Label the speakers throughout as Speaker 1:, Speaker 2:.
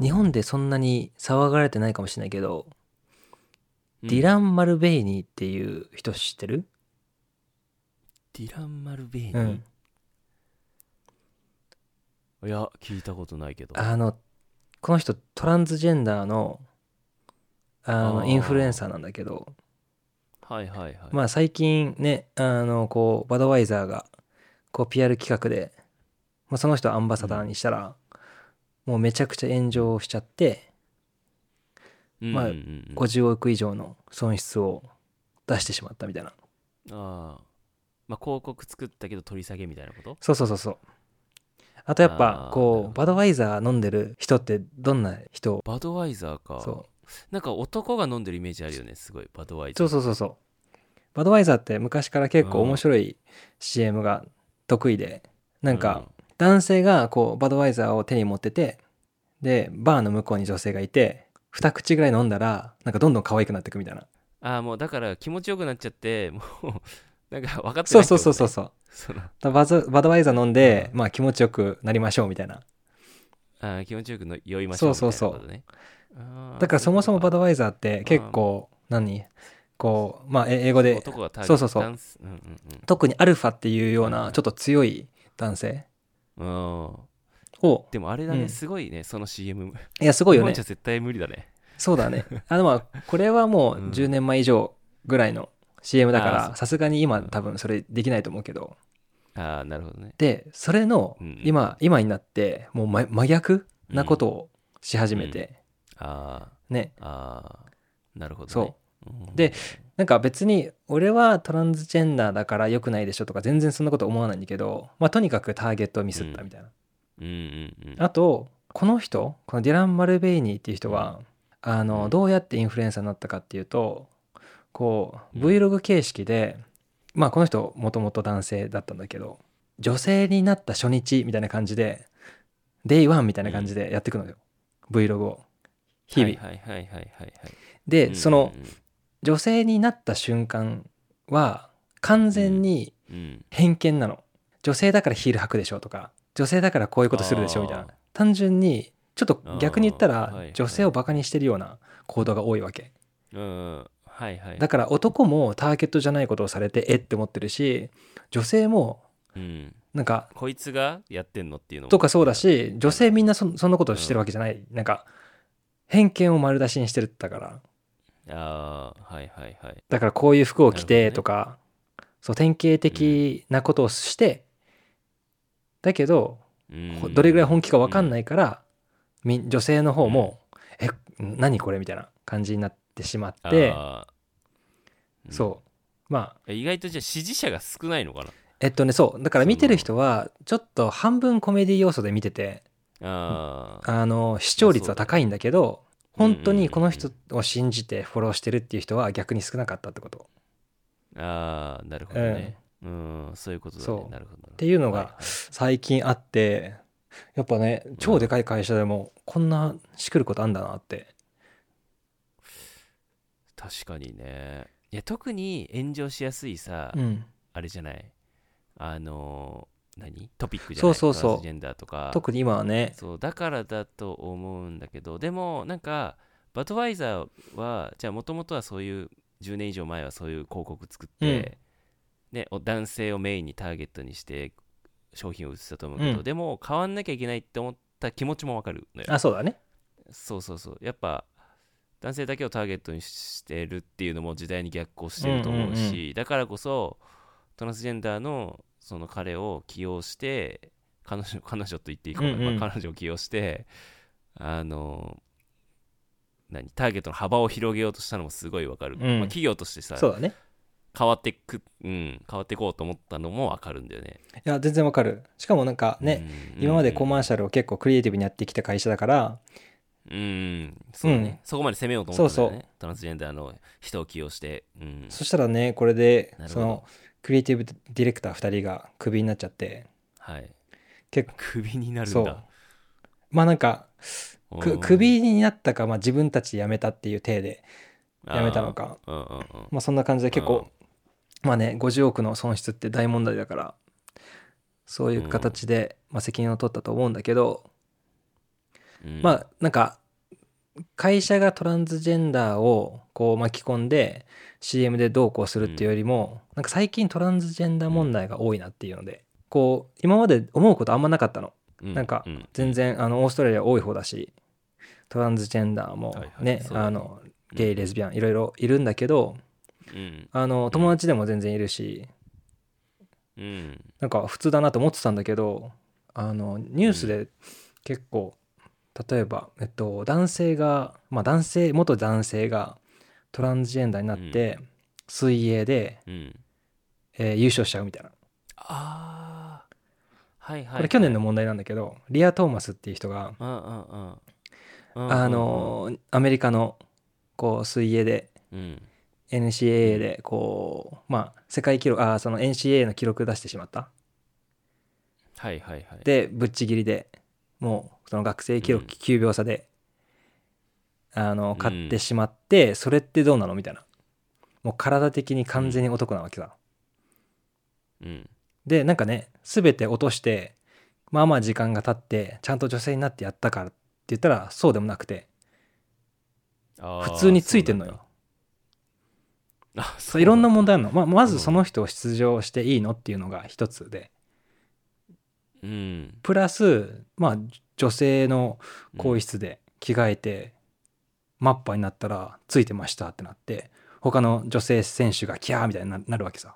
Speaker 1: 日本でそんなに騒がれてないかもしれないけど、
Speaker 2: うん
Speaker 1: ディラン・マルベイニーっていう人知ってる、
Speaker 2: ディラン・マルベーニ、
Speaker 1: うん
Speaker 2: いや聞いたことないけど
Speaker 1: あのこの人トランスジェンダーのあ
Speaker 2: あ
Speaker 1: の
Speaker 2: ー
Speaker 1: インフルエンサーなんだけど
Speaker 2: はいはいはい、
Speaker 1: まあ最近ねあのこうバドワイザーがこう PR 企画で、まあ、その人をアンバサダーにしたら、もうめちゃくちゃ炎上しちゃって
Speaker 2: うん
Speaker 1: まあ
Speaker 2: うんうん
Speaker 1: 50億以上の損失を出してしまったみたいな
Speaker 2: ああまあ広告作ったけど取り下げみたいなこと
Speaker 1: そうそうそうそうあとやっぱ
Speaker 2: あーなる
Speaker 1: こ
Speaker 2: ほ
Speaker 1: う
Speaker 2: ど
Speaker 1: バドワイザー飲んでる人ってどんな人
Speaker 2: バドワイザーか
Speaker 1: そう
Speaker 2: なんか男が飲んでるイメージあるよねすごいバドワイザ
Speaker 1: そ
Speaker 2: ー
Speaker 1: うそうそうそう。バドワイザーって昔から結構面白い CM が得意で、なんか男性がこうバドワイザーを手に持ってて、で、バーの向こうに女性がいて、二口ぐらい飲んだら、なんかどんどん可愛くなっていくみたいな。
Speaker 2: ああもうだから気持ちよくなっちゃってもうな んか分か
Speaker 1: そう
Speaker 2: ってないってことね、
Speaker 1: そうそうそうそう。
Speaker 2: その
Speaker 1: だバズバドワイザー飲んで、
Speaker 2: う
Speaker 1: まあ気持ちよくなりましょうみたいな。
Speaker 2: あー気持ちよくの酔いましょうみたいなことね
Speaker 1: だからそもそもバド
Speaker 2: ワ
Speaker 1: ワイザーって結構、何こう、まあえ英語で、
Speaker 2: 男がターゲット
Speaker 1: そうそうそう
Speaker 2: ダンスうんうん
Speaker 1: 特にアルファっていうようなちょっと強い男性
Speaker 2: うんうん
Speaker 1: を、
Speaker 2: でもあれだね、
Speaker 1: うん
Speaker 2: すごいねその CM す
Speaker 1: いや、すごいよね
Speaker 2: じゃ。絶対無理だね
Speaker 1: そうだね。あのまあこれはもう
Speaker 2: うん
Speaker 1: 10年前以上ぐらいの CM だか
Speaker 2: あーそ
Speaker 1: ら
Speaker 2: う
Speaker 1: さすがに今多分それできないと思うけど
Speaker 2: ああなるほどね
Speaker 1: でそれの
Speaker 2: うん
Speaker 1: 今今になってもう真真逆なことをし始めて
Speaker 2: あ
Speaker 1: ね
Speaker 2: あああなるほど、ね
Speaker 1: そ、
Speaker 2: そう
Speaker 1: でなんか別に俺はトランスジェンダーだから良くないでしょとか全然そんなこと思わないんだけどまあとにかくターゲットをミスったみたいな
Speaker 2: うんうんうん
Speaker 1: あとこの人このディラン・マルベイニーっていう人はあ
Speaker 2: う
Speaker 1: の
Speaker 2: ん
Speaker 1: どうやってインフルエンサーになったかっていうとこう
Speaker 2: うん
Speaker 1: Vlog 形式でまあこの人もともと男性だったんだけど女性になった初日みたいな感じで Day1 みたいな感じでやっていくのよ Vlog を日々。
Speaker 2: はいはいはいはいはいはい
Speaker 1: でその
Speaker 2: うん
Speaker 1: 女性になった瞬間は完全に
Speaker 2: うんうん
Speaker 1: 偏見なの女性だからヒール履くでしょとか女性だからこういうことするでしょみたい
Speaker 2: あ
Speaker 1: な
Speaker 2: ー
Speaker 1: 単純にちょっと逆に言った
Speaker 2: あーはい
Speaker 1: ら
Speaker 2: はい
Speaker 1: 女性をバカにしてるような行動が多いわけ
Speaker 2: うんうんはいはい
Speaker 1: だから男もターゲットじゃないことをされてえって思ってるし女性も
Speaker 2: うん
Speaker 1: なんか
Speaker 2: こいつがやってんのっていうのも
Speaker 1: とかそうだし女性みんなそそんなことをしてるわけじゃないなんか偏見を丸出しにしてるったから
Speaker 2: ああはいはいはい
Speaker 1: だからこういう服を着
Speaker 2: な
Speaker 1: て
Speaker 2: るほどね
Speaker 1: とか、そう典型的なことをしてだけど
Speaker 2: うん
Speaker 1: どれぐらい本気か分かんないから、み女性の方も「え何これ?」みたいな感じになってしまって
Speaker 2: あー
Speaker 1: そうまあ
Speaker 2: うん意外とじゃあ支持者が少ないのかな
Speaker 1: えっとねそうだから見てる人はちょっと半分コメディ要素で見てて
Speaker 2: あー
Speaker 1: あの視聴率は高いんだけど
Speaker 2: そうだね
Speaker 1: 本当にこの人を信じてフォローしてるっていう人は逆に少なかったってこと
Speaker 2: あーなるほどねうんそういうことだ
Speaker 1: そ
Speaker 2: ね
Speaker 1: う
Speaker 2: なるほどっ
Speaker 1: っていうの
Speaker 2: はい
Speaker 1: が最近あってやっぱね超でかい会社でもこんなしくることあんだなって
Speaker 2: 確かにねいや特に炎上しやすいさ、
Speaker 1: うん
Speaker 2: あれじゃないあのー何トピックじゃ
Speaker 1: そ
Speaker 2: な
Speaker 1: う
Speaker 2: い
Speaker 1: そうそう
Speaker 2: トランスジェンダーとか
Speaker 1: 特に今はね
Speaker 2: そうだからだと思うんだけどでもなんかバドワイザーはじゃあもともとはそういう10年以上前はそういう広告作って、ね、お男性をメインにターゲットにして商品を売ってたと思うけど、
Speaker 1: うん
Speaker 2: でも変わんなきゃいけないって思った気持ちもわかるのよ
Speaker 1: あそうだね
Speaker 2: そうそうそうやっぱ男性だけをターゲットにしてるっていうのも時代に逆行してると思うし、
Speaker 1: うんうん
Speaker 2: だからこそトランスジェンダーのその彼を起用して彼女彼女と言っていいかも、
Speaker 1: うんうん
Speaker 2: まあ彼女を起用してあの何ターゲットの幅を広げようとしたのもすごいわかる、
Speaker 1: ん
Speaker 2: まあ、企業としてさ
Speaker 1: そうだね
Speaker 2: 変わってく、うん、変わっていこうと思ったのもわかるんだよね
Speaker 1: いや全然わかるしかもなんかね、
Speaker 2: うん
Speaker 1: 今までコマーシ
Speaker 2: ャ
Speaker 1: ャルを結構クリエイティブにやってきた会社だから
Speaker 2: ルうんそうだね、
Speaker 1: うん
Speaker 2: そこまで攻めようと思ったんだよね
Speaker 1: そう
Speaker 2: トランスジェンダーの人を起用して、うん、
Speaker 1: そしたらねこれで
Speaker 2: なる
Speaker 1: そ
Speaker 2: ほど
Speaker 1: のクリエイティブディレクター2人がクビになっちゃって
Speaker 2: はい。
Speaker 1: 結構
Speaker 2: クビになるん
Speaker 1: そう
Speaker 2: だ。
Speaker 1: まあなんか
Speaker 2: う
Speaker 1: く
Speaker 2: ん
Speaker 1: クビになったか、まあ、自分たちで辞めたっていう体で辞めたの。か
Speaker 2: あーうんうんうん。
Speaker 1: まあそんな感じで結構まあね50億の損失って大問題だからそういう形で、まあ、責任を取ったと思うんだけど
Speaker 2: うん
Speaker 1: まあなんか会社がトランスジェンダーをこう巻き込んで CM でどうこうするっていうよりも、なんか最近トランスジェンダー問題が多いなっていうのでこう今まで思うことあんまなかったの
Speaker 2: うん
Speaker 1: なんか
Speaker 2: う
Speaker 1: 全然あのオーストラリア多い方だしトランスジェンダーも
Speaker 2: はいはい
Speaker 1: ね
Speaker 2: そうだね
Speaker 1: あのゲイレズビアンいろいろいるんだけど
Speaker 2: うん
Speaker 1: あの友達でも全然いるし
Speaker 2: うん
Speaker 1: なんか普通だなと思ってたんだけどあのニュースで結構、例えば、えっと、男性が、まあ、男性元男性がトランスジェンダーになって、水泳で、
Speaker 2: うん
Speaker 1: えー優勝しちゃうみたいな
Speaker 2: ああはいはい
Speaker 1: これ去年の問題なんだけど、リア・トーマスっていう人が、
Speaker 2: うんうんうんうん
Speaker 1: あのーアメリカのこう水泳で
Speaker 2: うん
Speaker 1: NCAA でこうまあ世界記録あーその NCAA の記録出してしまった
Speaker 2: はいはいはい
Speaker 1: でぶっちぎりでもうその学生記録
Speaker 2: うん
Speaker 1: 9秒差で、あの
Speaker 2: ん
Speaker 1: 買ってしまって、それってどうなのみたいなもう体的に完全に男なわけだ、
Speaker 2: うん
Speaker 1: でなんかね全て落としてまあまあ時間が経ってちゃんと女性になってやったからって言ったらそうでもなくて
Speaker 2: あー
Speaker 1: 普通についてんのよ
Speaker 2: そうなんだあ
Speaker 1: そういろんな
Speaker 2: も
Speaker 1: 問題あるの、まあ、まずその人を出場していいのっていうのが一つで
Speaker 2: うん
Speaker 1: プラスまあ女性の更衣室で着替えて、マッパーになったらついてましたってなって他の女性選手がキャーみたいにななるわけさ、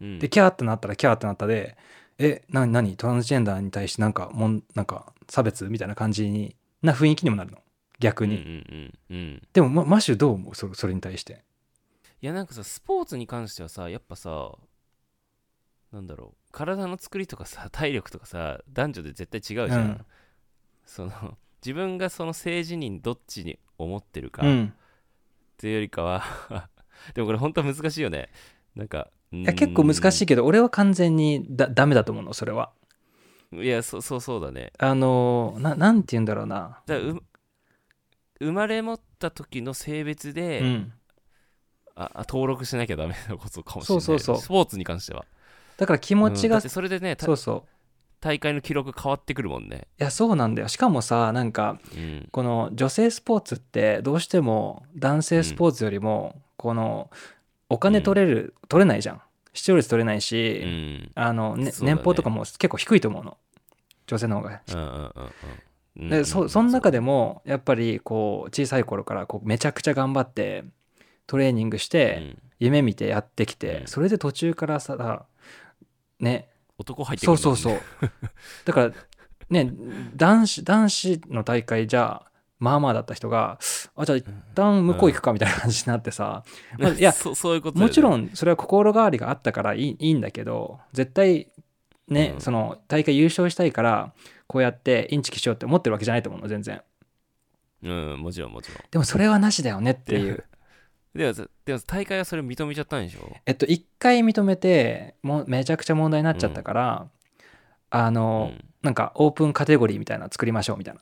Speaker 2: うん
Speaker 1: でキャーってなったらキャーってなったでえな何トランスジェンダーに対してなんかもんなんか差別みたいな感じにな雰囲気にもなるの逆に、
Speaker 2: うんうんうんうん
Speaker 1: でも、ま、マシュどう思うそれそれに対して
Speaker 2: いやなんかさスポーツに関してはさやっぱさなんだろう体の作りとかさ 体力とかさ男女で絶対違うじゃん、
Speaker 1: うん
Speaker 2: その自分がその性自認どっちに思ってるか、
Speaker 1: う
Speaker 2: っ
Speaker 1: ん
Speaker 2: ていうよりかは でもこれ本当は難しいよねなんか
Speaker 1: いや結構難しいけど俺は完全にだダメだと思うのそれはい
Speaker 2: いやそそうそうだね
Speaker 1: あのーななんて言うんだろうな
Speaker 2: だからう生まれ持った時の性別で、
Speaker 1: うん
Speaker 2: ああ登録しなきゃダメなことかもしれない
Speaker 1: そうそうそう
Speaker 2: スポーツに関しては
Speaker 1: だから気持ちが、
Speaker 2: うんだってそれでねた
Speaker 1: そうそう
Speaker 2: 大会の記録変わってくるもんね、
Speaker 1: いやそうなんだよしかもさなんか
Speaker 2: うん、
Speaker 1: この女性スポーツってどうしても男性スポーツよりもこのお金取れる、取れないじゃん視聴率取れないし、
Speaker 2: うん
Speaker 1: あのね
Speaker 2: そうだね
Speaker 1: 年俸とかも結構低いと思うの女性の方が。
Speaker 2: うんうんうんうん
Speaker 1: でそその中でもやっぱりこう小さい頃からこうめちゃくちゃ頑張ってトレーニングして、
Speaker 2: うん
Speaker 1: 夢見てやってきて、
Speaker 2: うん
Speaker 1: それで途中からさね
Speaker 2: 男入ってく
Speaker 1: そ
Speaker 2: る
Speaker 1: うそうそうだからね男子男子の大会じゃまあまあだった人があじゃあ一旦向こう行くかみたいな感じになってさ、 まあい
Speaker 2: い
Speaker 1: や
Speaker 2: やそそういうことだよね
Speaker 1: もちろんそれは心変わりがあったからいいいいんだけど絶対ね、
Speaker 2: うん
Speaker 1: その大会優勝したいからこうやってインチキしようって思ってるわけじゃないと思うの全然
Speaker 2: うんもちろんもちろん
Speaker 1: でもそれはなしだよねって いう
Speaker 2: でもさでも大会はそれ認めちゃったんでしょ
Speaker 1: えっと、一回認めてもうめちゃくちゃ問題になっちゃったから、あの、
Speaker 2: うん
Speaker 1: なんかオープンカテゴリーみたいなの作りましょうみたいな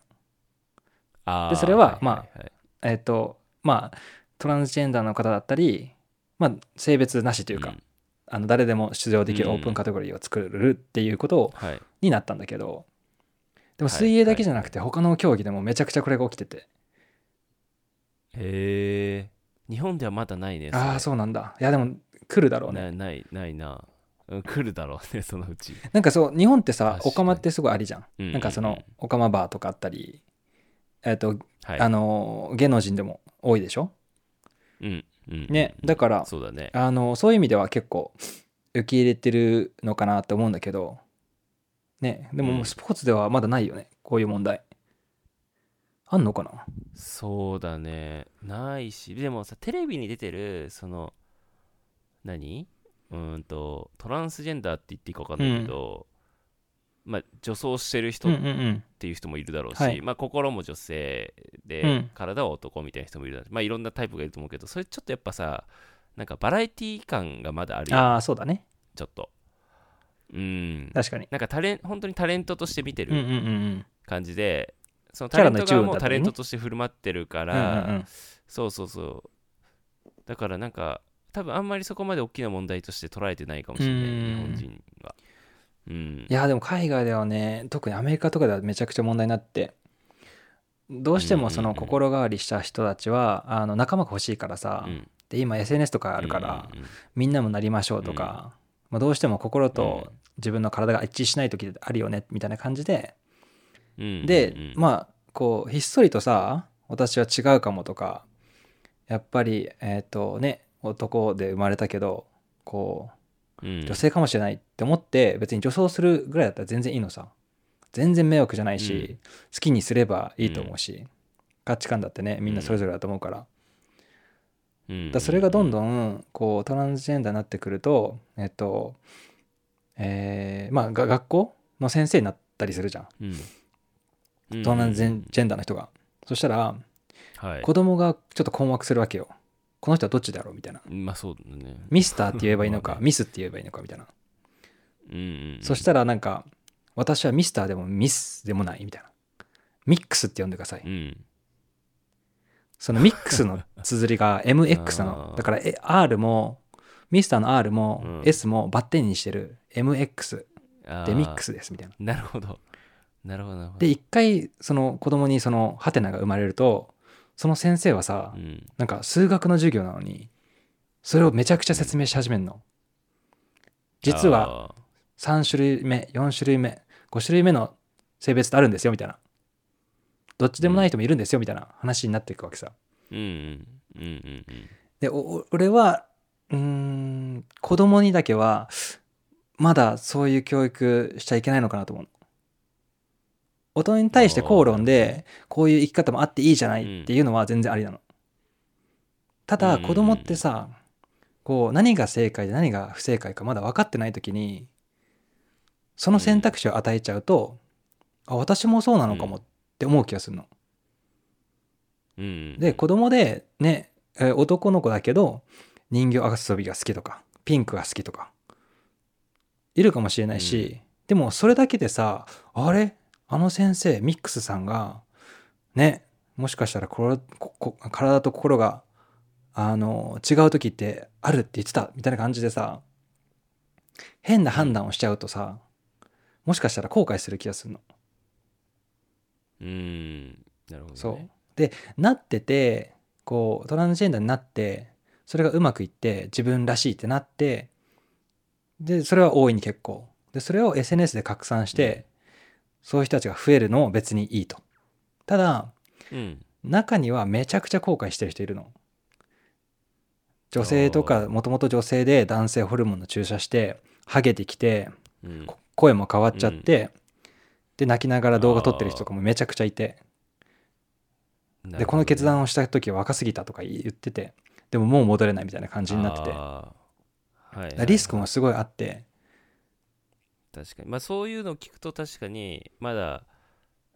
Speaker 2: あー
Speaker 1: でそれはい
Speaker 2: いはい
Speaker 1: えっとまあトランスジェンダーの方だったり、まあ、性別なしというか、
Speaker 2: ん
Speaker 1: あの誰でも出場できる
Speaker 2: うん
Speaker 1: オープンカテゴリーを作るっていうことを
Speaker 2: はい
Speaker 1: になったんだけどでも
Speaker 2: はい
Speaker 1: 水泳だけじゃなくて他の競技でもめちゃくちゃこれが起きてて、
Speaker 2: へえ日本ではまだないね
Speaker 1: ああそうなんだいやでも来るだろ
Speaker 2: う
Speaker 1: うね
Speaker 2: なないないなうん来るだろうねそのうち
Speaker 1: なんかそう日本ってさ
Speaker 2: 確か
Speaker 1: オ
Speaker 2: に
Speaker 1: カマってすごいありじゃん、
Speaker 2: うん
Speaker 1: なんかそ
Speaker 2: うんう
Speaker 1: の
Speaker 2: ん
Speaker 1: オカマバーとかあったりえっと
Speaker 2: はい
Speaker 1: あの芸能人でも多いでしょ
Speaker 2: うんうん
Speaker 1: ね
Speaker 2: うん
Speaker 1: だから
Speaker 2: そうだね
Speaker 1: あのそういう意味では結構受け入れてるのかなと思うんだけどねでももううんスポーツではまだないよねこういう問題あんのかな
Speaker 2: そうだねないしでもさテレビに出てるその何うーんとトランスジェンダーって言っていいか分かんないけど、まあ女装してる人
Speaker 1: うん
Speaker 2: っ
Speaker 1: うんうん
Speaker 2: ていう人もいるだろうし、
Speaker 1: はい
Speaker 2: まあ心も女性で、
Speaker 1: うん
Speaker 2: 体は男みたいな人もいるだろうしまあいろんなタイプがいると思うけどそれちょっとやっぱさなんかバラエティ感がまだあるよ
Speaker 1: ああそうだね
Speaker 2: ちょっとうん
Speaker 1: 確かに
Speaker 2: なんかタレン本当にタレントとして見て
Speaker 1: うんうんう
Speaker 2: る
Speaker 1: ん
Speaker 2: 感じで、その
Speaker 1: キ
Speaker 2: タ
Speaker 1: ャ
Speaker 2: レ
Speaker 1: ラ
Speaker 2: ン
Speaker 1: の
Speaker 2: ト
Speaker 1: 一部
Speaker 2: 側
Speaker 1: だったりね
Speaker 2: もタレントとして振る舞ってるか
Speaker 1: うんうん
Speaker 2: ら、
Speaker 1: うん
Speaker 2: そうそうそうだからなんか多分あんまりそこまで大きな問題として捉えてないかもしれな
Speaker 1: う
Speaker 2: い日
Speaker 1: ん
Speaker 2: 本人はう
Speaker 1: い
Speaker 2: ん
Speaker 1: やでも海外ではね特にアメリカとかではめちゃくちゃ問題になってどうしてもそ
Speaker 2: うん
Speaker 1: の
Speaker 2: うんうん
Speaker 1: 心変わりした人たちはあの仲間が欲しいからさ、
Speaker 2: うん
Speaker 1: で今 SNS とかあるから、
Speaker 2: うんうんうん
Speaker 1: みんなもなりましょうとか、まあ、どうしても心と自分の体が一致しない時ってあるよねみたいな感じで
Speaker 2: うんうん
Speaker 1: で、
Speaker 2: うん
Speaker 1: まあこうひっそりとさ私は違うかもとかやっぱりえっ、とね男で生まれたけどこ
Speaker 2: うん
Speaker 1: う女性かもしれないって思って別に女装するぐらいだったら全然いいのさ全然迷惑じゃないし、好きにすればいいと思うし、価値観だってねみんなそれぞれだと思うから、だからそれがどんどんこうトランスジェンダーになってくるとえっとえーまあが学校の先生になったりするじゃん
Speaker 2: うん、うん
Speaker 1: トランスジェンジェンダーの人がそしたら
Speaker 2: はい
Speaker 1: 子供がちょっと困惑するわけよこの人はどっちだろうみたいな
Speaker 2: まあそうだね
Speaker 1: ミスターって言えばいいの
Speaker 2: ま
Speaker 1: か
Speaker 2: あね
Speaker 1: ミスって言えばいいのかみたいな
Speaker 2: うんうん
Speaker 1: そしたらなんか私はミスターでもミスでもないみたいなミックスって呼んでください
Speaker 2: うん
Speaker 1: そのミックスの綴り が MX な
Speaker 2: あ
Speaker 1: の
Speaker 2: ー
Speaker 1: だからえ R もミスターの R
Speaker 2: う
Speaker 1: も
Speaker 2: ん
Speaker 1: S もバッテンにしてる MX
Speaker 2: あー
Speaker 1: でミックスですみたいな。
Speaker 2: なるほどなるほどなるほど
Speaker 1: で一回その子供にそのハテナが生まれるとその先生はさ、
Speaker 2: うん
Speaker 1: なんか数学の授業なのにそれをめちゃくちゃ説明し始めるの。実は
Speaker 2: あー
Speaker 1: 3種類目4種類目5種類目の性別ってあるんですよみたいな。どっちでもない人もいるんですよみたいな話になっていくわけさ。
Speaker 2: うんうんうんうんうん
Speaker 1: でおお俺はうーん子供にだけはまだそういう教育しちゃいけないのかなと思う大人に対して口論でこういう生き方もあっていいじゃないっていうのは全然ありなの、ただ
Speaker 2: うん
Speaker 1: 子供ってさこう何が正解で何が不正解かまだ分かってない時にその選択肢を与えちゃうと、あ私もそうなのかもって思う気がするの、
Speaker 2: うんうん
Speaker 1: で子供でねえー男の子だけど人形遊びが好きとかピンクが好きとかいるかもしれないし、でもそれだけでさあれあの先生ミックスさんがねもしかしたらこここ体と心があの違う時ってあるって言ってたみたいな感じでさ変な判断をしちゃうとさもしかしたら後悔する気がするの。
Speaker 2: うんなるほどね
Speaker 1: そうでなっててこうトランスジェンダーになってそれがうまくいって自分らしいってなってでそれは大いに結構でそれを SNS で拡散して、そういう人たちが増えるのも別にいいとただ
Speaker 2: うん
Speaker 1: 中にはめちゃくちゃ後悔してる人いるの女性と
Speaker 2: あ
Speaker 1: か
Speaker 2: ー
Speaker 1: もともと女性で男性ホルモンの注射してハゲてきて
Speaker 2: うん
Speaker 1: こ声も変わっちゃって、で泣きながら動画撮ってる人とかもめちゃくちゃいて
Speaker 2: なるほどね
Speaker 1: でこの決断をした時は若すぎたとか言っててでももう戻れないみたいな感じになっててだか
Speaker 2: あーはいはいは
Speaker 1: ら
Speaker 2: い
Speaker 1: リスクもすごいあって
Speaker 2: 確かにまあそういうのを聞くと確かにまだ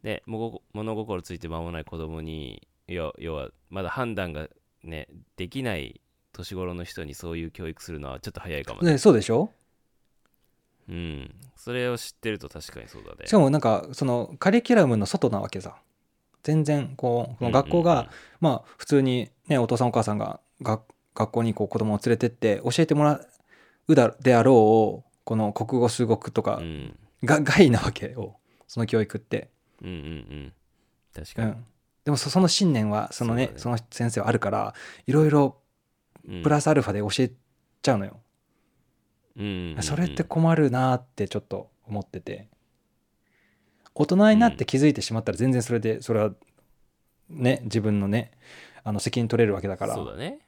Speaker 2: ねもご物心ついて間もない子供に要要はまだ判断がねできない年頃の人にそういう教育するのはちょっと早いかもね
Speaker 1: でそうでしょ
Speaker 2: うんそれを知ってると確かにそうだね
Speaker 1: しかもなんかそのカリキュラムの外なわけさ全然こうこの学校
Speaker 2: うんうん
Speaker 1: がまあ普通にねお父さんお母さんがが学校にこう子供を連れてって教えてもらうだであろうこの国語数学とか
Speaker 2: うん
Speaker 1: が外なわけをその教育って
Speaker 2: うんうんうん確
Speaker 1: う
Speaker 2: かに
Speaker 1: んでもそその信念はそのね
Speaker 2: そ
Speaker 1: その先生はあるからいろいろ
Speaker 2: うん
Speaker 1: プラスアルファで教えちゃうのよ
Speaker 2: うんうんうん
Speaker 1: それって困るなーってちょっと思ってて大人になって気づいてしまったら全然それでそれはね自分のねあの責任取れるわけだから
Speaker 2: そうだね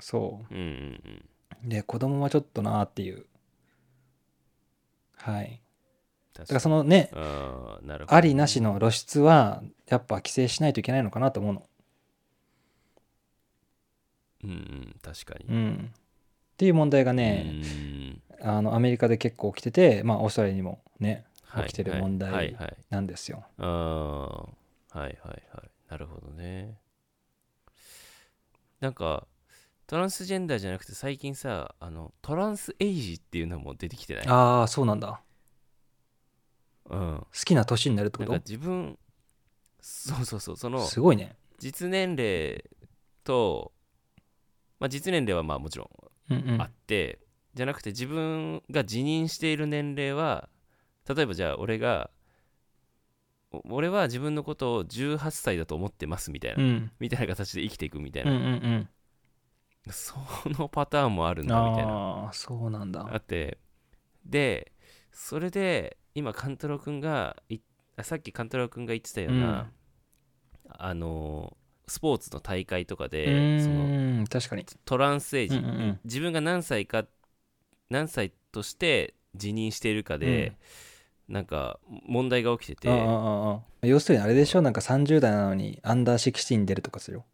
Speaker 1: そ
Speaker 2: うんうんうん
Speaker 1: うで子供はちょっとなーっていうはいだ
Speaker 2: 確
Speaker 1: からそ
Speaker 2: の
Speaker 1: のね
Speaker 2: あーなるほどね
Speaker 1: ありなしの露出はやっぱ規制しないといけないのかなと思うの
Speaker 2: うんうん確かに
Speaker 1: うんっていう問題がね、
Speaker 2: うん
Speaker 1: あのアメリカで結構起きててまあオーストラリアにもね
Speaker 2: はい
Speaker 1: 起きてる問題
Speaker 2: はいはいはい
Speaker 1: なんですよ
Speaker 2: ああはいはいはいなるほどねなんかトランスジェンダーじゃなくて最近さあのトランスエイジっていうのも出てきてない
Speaker 1: ああそうなんだ
Speaker 2: うん、
Speaker 1: 好きな年になるってこ
Speaker 2: なんか
Speaker 1: と
Speaker 2: 自分そうそうそうその
Speaker 1: すごいね。
Speaker 2: 実年齢と、まあ、実年齢はまあもちろん
Speaker 1: うんうん
Speaker 2: あって、じゃなくて自分が自認している年齢は例えばじゃあ俺がお俺は自分のことを18歳だと思ってますみたいな、
Speaker 1: うん
Speaker 2: みたいな形で生きていくみたい
Speaker 1: うんう
Speaker 2: な、
Speaker 1: ん
Speaker 2: そのパターンもあるん
Speaker 1: うん
Speaker 2: だみたいな
Speaker 1: ああそうなんだ
Speaker 2: あってでそれで今勘太郎くんがいあさっき勘太郎くんが言ってたような、あのースポーツの大会とか
Speaker 1: う
Speaker 2: でその
Speaker 1: ーん確かに
Speaker 2: トランスエイジ、
Speaker 1: うんうんうん
Speaker 2: 自分が何歳か何歳として辞任しているかで、なんか問題が起きてて
Speaker 1: ああああああ要するにあれでしょなんか30代なのにアンダーシクシティに出るとかするよ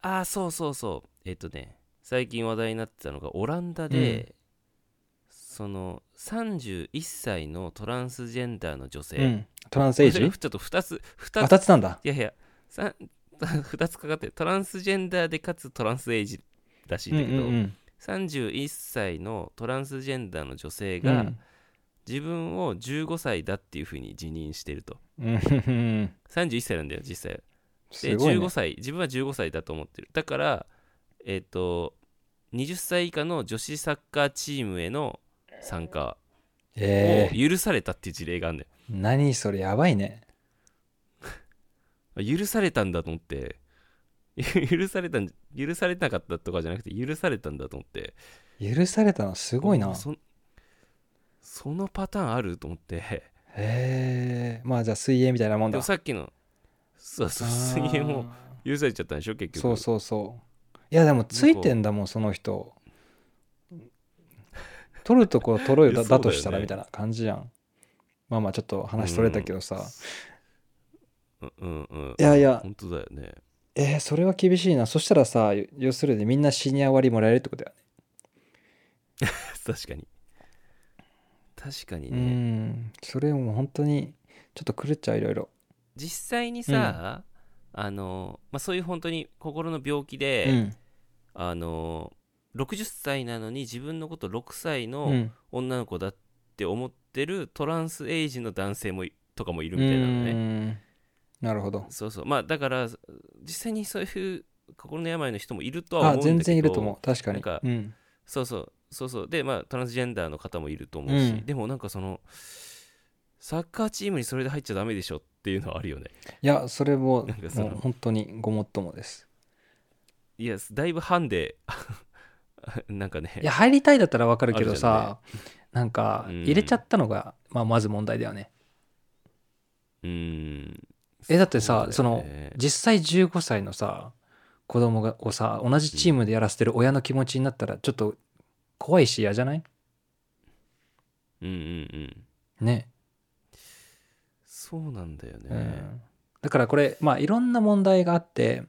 Speaker 2: ああそうそうそうえっ、とね最近話題になってたのがオランダで、
Speaker 1: うん
Speaker 2: その31歳のトランスジェンダーの女性、
Speaker 1: うんトランスエイ
Speaker 2: これ
Speaker 1: ジ
Speaker 2: ちょっと2つ2
Speaker 1: 当
Speaker 2: つ
Speaker 1: たってたんだ
Speaker 2: いやいやさ ん2つかかってるトランスジェンダーでかつトランスエイジらしいんだけど、
Speaker 1: うんうん
Speaker 2: 31歳のトランスジェンダーの女性
Speaker 1: うんう
Speaker 2: が
Speaker 1: ん
Speaker 2: 自分を15歳だっていうふうに辞任してると
Speaker 1: うんうんうん
Speaker 2: 31歳なんだよ実際
Speaker 1: す
Speaker 2: で、
Speaker 1: ごいね
Speaker 2: 15歳自分は15歳だと思ってるだからえっ、と20歳以下の女子サッカーチームへの参加を
Speaker 1: ええ
Speaker 2: 許されたっていう事例があるんだよ、
Speaker 1: 何それやばいね
Speaker 2: 許されたんだと思って 許されたん許されなかったとかじゃなくて許されたんだと思って
Speaker 1: 許されたのすごいな
Speaker 2: そそのパターンあると思って
Speaker 1: へえまあじゃあ水泳みたいなもん
Speaker 2: で
Speaker 1: だ
Speaker 2: もさっきのそうそう
Speaker 1: あ
Speaker 2: 水
Speaker 1: ー
Speaker 2: 泳も許されちゃったんでしょ結局
Speaker 1: そうそうそういやでもついてんだもんその人取るとこ取ろうよ
Speaker 2: い
Speaker 1: だ
Speaker 2: や
Speaker 1: だ
Speaker 2: そうだよね
Speaker 1: としたらみたいな感じやんまあまあちょっと話取れたけどさ、
Speaker 2: うんうんうん
Speaker 1: いやいや
Speaker 2: 本当だよね
Speaker 1: えーそれは厳しいなそしたらさよ要するにみんなシニア割もらえるってことだよ
Speaker 2: 確かに確かに
Speaker 1: ね
Speaker 2: ね、
Speaker 1: うんそれも本当にちょっと狂っちゃういろいろ
Speaker 2: 実際にさ、あのまあ、そういう本当に心の病気で、
Speaker 1: うん
Speaker 2: あの60歳なのに自分のこと6歳
Speaker 1: う
Speaker 2: の
Speaker 1: ん
Speaker 2: 女の子だって思ってるトランスエイジの男性もいとかもいる
Speaker 1: う
Speaker 2: みたいなのね
Speaker 1: んなるほど
Speaker 2: そうそうまあだから実際にそういう心の病の人もいるとは
Speaker 1: あ
Speaker 2: 思うんだけど
Speaker 1: 全然いると思う確かに
Speaker 2: なんか
Speaker 1: うん
Speaker 2: そうそうそうそうでまあトランスジェンダーの方もいると思うし、
Speaker 1: うん
Speaker 2: でもなんかそのサッカーチームにそれで入っちゃダメでしょっていうのはあるよね
Speaker 1: いやそれも
Speaker 2: なんかそ
Speaker 1: も
Speaker 2: の
Speaker 1: う本当にごもっともです
Speaker 2: いやだいぶハンデ なんかね
Speaker 1: いや入りたいだったらわかるけどさ
Speaker 2: あ、
Speaker 1: なんか
Speaker 2: うん
Speaker 1: 入れちゃったのが、まあ、まず問題だよね
Speaker 2: うーん
Speaker 1: えだってさ
Speaker 2: うだよね
Speaker 1: 実際15歳のさ子供がをさ同じチームでやらせてる親の気持ちになったらちょっと怖いし嫌じゃない
Speaker 2: うんうんうん
Speaker 1: ね、
Speaker 2: そうなんだよね、
Speaker 1: うんだからこれまあいろんな問題があって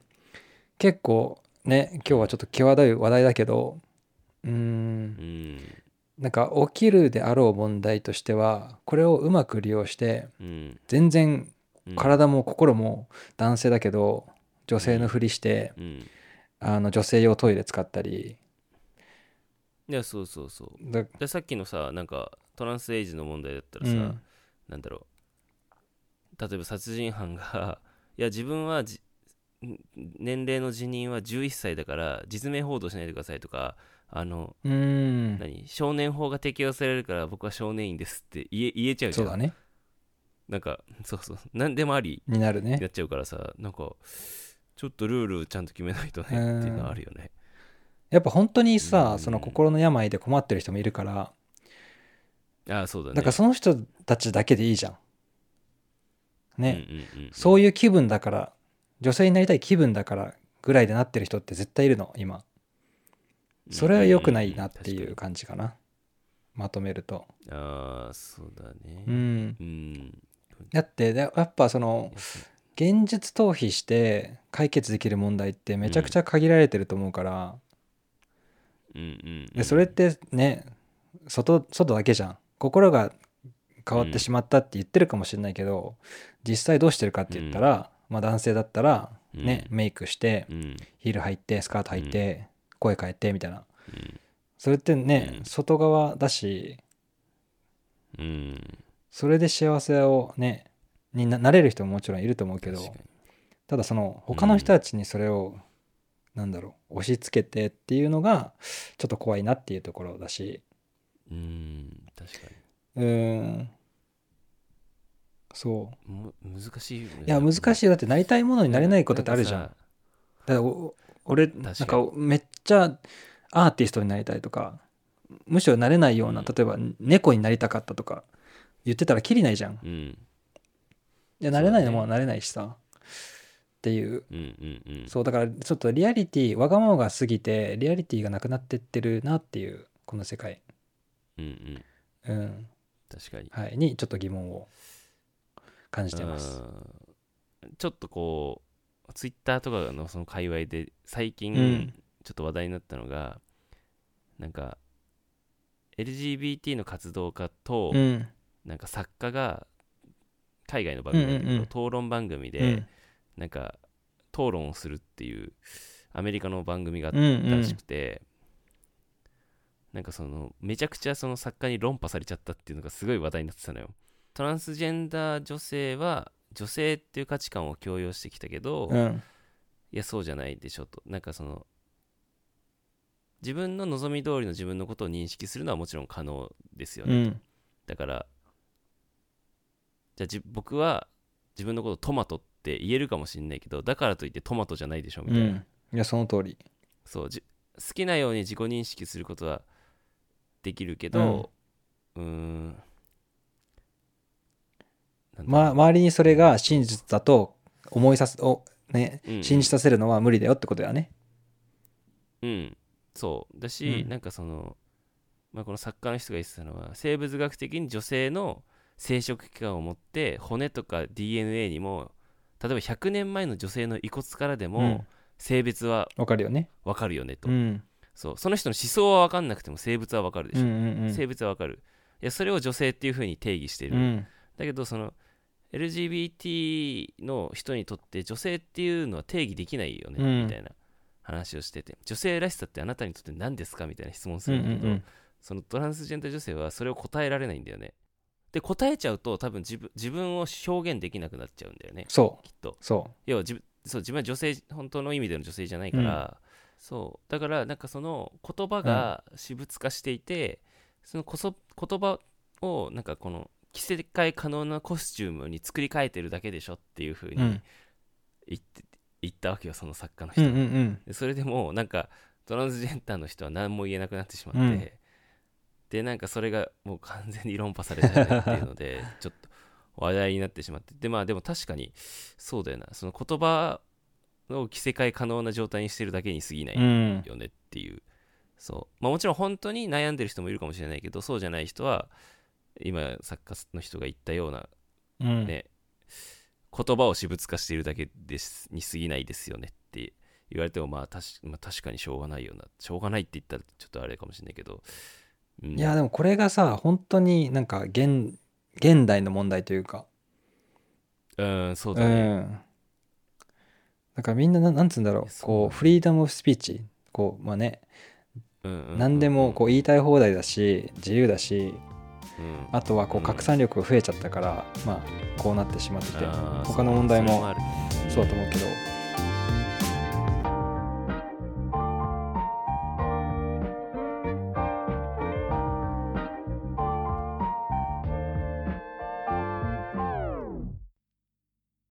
Speaker 1: 結構ね今日はちょっと際どい話題だけどうーん
Speaker 2: うん
Speaker 1: なんか起きるであろう問題としてはこれをうまく利用して
Speaker 2: うん
Speaker 1: 全然
Speaker 2: うん
Speaker 1: 体も心も男性だけど女性のふりして
Speaker 2: うん
Speaker 1: あの女性用トイレ使ったり
Speaker 2: いやそうそうそう
Speaker 1: だ
Speaker 2: でさっきのさなんかトランスエイジの問題だったら
Speaker 1: う
Speaker 2: さ、
Speaker 1: ん
Speaker 2: なんだろう例えば殺人犯がいや自分はじん年齢の辞任は11歳だから実名報道しないでくださいとかあの
Speaker 1: うん
Speaker 2: 何少年法が適用されるから僕は少年院ですって言え言えちゃう
Speaker 1: そ
Speaker 2: じゃ
Speaker 1: うんだね
Speaker 2: なんかそうそう何でもあり
Speaker 1: になるね
Speaker 2: やっちゃうからさなんかちょっとルールちゃんと決めないとねっていうのはあるよね
Speaker 1: やっぱ本当にさ
Speaker 2: うん
Speaker 1: その心の病で困ってる人もいるから
Speaker 2: ああそうだね
Speaker 1: だからその人たちだけでいいじゃん
Speaker 2: う
Speaker 1: ね
Speaker 2: んうんうん
Speaker 1: そういう気分だから女性になりたい気分だからぐらいでなってる人って絶対いるの今それは良くないなっていう感じかなまとめると
Speaker 2: うんうんうん確かにああそうだ
Speaker 1: う
Speaker 2: ね
Speaker 1: ん
Speaker 2: うん
Speaker 1: だってだやっぱその現実逃避して解決できる問題ってめちゃくちゃ限られてると思うから、
Speaker 2: うんうんうん
Speaker 1: でそれってね外外だけじゃん心が変わってしまったって言ってるかもしれないけど、実際どうしてるかって言ったら、まあ、男性だったらね、
Speaker 2: う
Speaker 1: メイクして
Speaker 2: うん
Speaker 1: ヒール履いてスカート履いて、声変えてみたいな
Speaker 2: うん
Speaker 1: それってね、
Speaker 2: うん
Speaker 1: 外側だし
Speaker 2: うん
Speaker 1: それで幸せをねにななれる人ももちろんいると思うけど
Speaker 2: 確かに
Speaker 1: ただその他の人たちにそれを、なんだろう押し付けてっていうのがちょっと怖いなっていうところだし
Speaker 2: うん確か
Speaker 1: うーんそう
Speaker 2: む難しいよね、
Speaker 1: いや難しいよだってなりたいものになれないことってあるじゃん
Speaker 2: なか
Speaker 1: だからお俺
Speaker 2: か
Speaker 1: なん
Speaker 2: に
Speaker 1: かめっちゃアーティストになりたいとかむしろなれないような、
Speaker 2: うん
Speaker 1: 例えば猫になりたかったとか言ってたらキリないじゃん
Speaker 2: さうん
Speaker 1: いやなれないの
Speaker 2: そうだ
Speaker 1: も
Speaker 2: ね
Speaker 1: なれないしさ、っていう
Speaker 2: うんうんうん
Speaker 1: そうだからちょっとリアリティわがままが過ぎてリアリティがなくなってってるなっていうこの世界、
Speaker 2: うんうん
Speaker 1: うん
Speaker 2: 確かに
Speaker 1: はい、にちょっと疑問を感じてます。
Speaker 2: うんちょっとこうツイッターとかのその界隈で最近、
Speaker 1: うん
Speaker 2: ちょっと話題になったのがなんか LGBT の活動家と、
Speaker 1: うん
Speaker 2: なんか作家が海外の番組なんだけど、
Speaker 1: うんうんうん
Speaker 2: 討論番組で、
Speaker 1: うん
Speaker 2: なんか討論をするっていうアメリカの番組があっ
Speaker 1: う
Speaker 2: たらし
Speaker 1: ん
Speaker 2: くて、なんかそのめちゃくちゃその作家に論破されちゃったっていうのがすごい話題になってたのよトランスジェンダー女性は女性っていう価値観を強要してきたけど、
Speaker 1: う
Speaker 2: い
Speaker 1: ん
Speaker 2: やそうじゃないでしょとなんかその自分の望み通りの自分のことを認識するのはもちろん可能ですよ
Speaker 1: う
Speaker 2: ね、
Speaker 1: ん
Speaker 2: だからじゃあじ僕は自分のことをトマトって言えるかもしれないけどだからといってトマトじゃないでしょみ
Speaker 1: う
Speaker 2: たいな、
Speaker 1: んいやその通り。
Speaker 2: そうじ好きなように自己認識することはできるけどうーんなんだろう
Speaker 1: ま、周りにそれが真実だと思いさせをね
Speaker 2: うん
Speaker 1: 信じさせるのは無理だよってことだよね。
Speaker 2: うんそうだし、
Speaker 1: うん
Speaker 2: なんかその、まあ、この作家の人が言ってたのは生物学的に女性の生殖器官を持って骨とか DNA にも例えば100年前の女性の遺骨からでも、
Speaker 1: うん
Speaker 2: 性別は
Speaker 1: わかるよね。
Speaker 2: わかるよねと、
Speaker 1: うん
Speaker 2: そうその人の思想はわかんなくても生物はわかるで
Speaker 1: うん
Speaker 2: しょ、
Speaker 1: うん
Speaker 2: 生物はわかるいやそれを女性っていうふうに定義してる、
Speaker 1: うん
Speaker 2: だけどその LGBT の人にとって女性っていうのは定義できないよね、
Speaker 1: うん
Speaker 2: みたいな話をしてて女性らしさってあなたにとって何ですかみたいな質問す
Speaker 1: うんう
Speaker 2: るんだけど、
Speaker 1: ん
Speaker 2: そのトランスジェンダー女性はそれを答えられないんだよねで答えちゃうと多分自分自分を表現できなくなっちゃうんだよね
Speaker 1: そ
Speaker 2: きっと
Speaker 1: うそ
Speaker 2: 要は自分そう自分は女性本当の意味での女性じゃないから、そうだからなんかその言葉が私物化していて、そのこそ言葉をなんかこの着せ替え可能なコスチュームに作り変えてるだけでしょっていう風
Speaker 1: う。
Speaker 2: に
Speaker 1: うん
Speaker 2: 言って、言ったわけよその作家の
Speaker 1: う
Speaker 2: 人、
Speaker 1: んうんうん
Speaker 2: でそれでもうなんかトランスジェンダーの人は何も言えなくなってしまって、
Speaker 1: うん
Speaker 2: でなんかそれがもう完全に論破されたよねっていう のでちょっと話題になってしまってでまあでも確かにそうだよなその言葉を着せ替え可能な状態にしてるだけに過ぎない
Speaker 1: うん
Speaker 2: よねっていう、そうまあもちろん本当に悩んでる人もいるかもしれないけどそうじゃない人は今作家の人が言ったような
Speaker 1: うん
Speaker 2: ね、言葉を私物化しているだけですに過ぎないですよねって言われてもまあたし、まあ、確かにしょうがないよなしょうがないって言ったらちょっとあれかもしれないけど、うん
Speaker 1: いやでもこれがさ本当になんか現現代の問題というか
Speaker 2: うんそううだね、
Speaker 1: んだからみんなななんつうんだろう
Speaker 2: いやそう
Speaker 1: こ
Speaker 2: なん
Speaker 1: う
Speaker 2: だ
Speaker 1: フリーダム・オブ・スピーチこうまあね
Speaker 2: うんうんうん
Speaker 1: 何でもこう言いたい放題だし自由だし
Speaker 2: うん、
Speaker 1: あとはこう
Speaker 2: うん
Speaker 1: 拡散力が増えちゃったからまあこうなってしまってて
Speaker 2: あー
Speaker 1: 他の問題
Speaker 2: それ
Speaker 1: も
Speaker 2: ある
Speaker 1: そうだと思うけど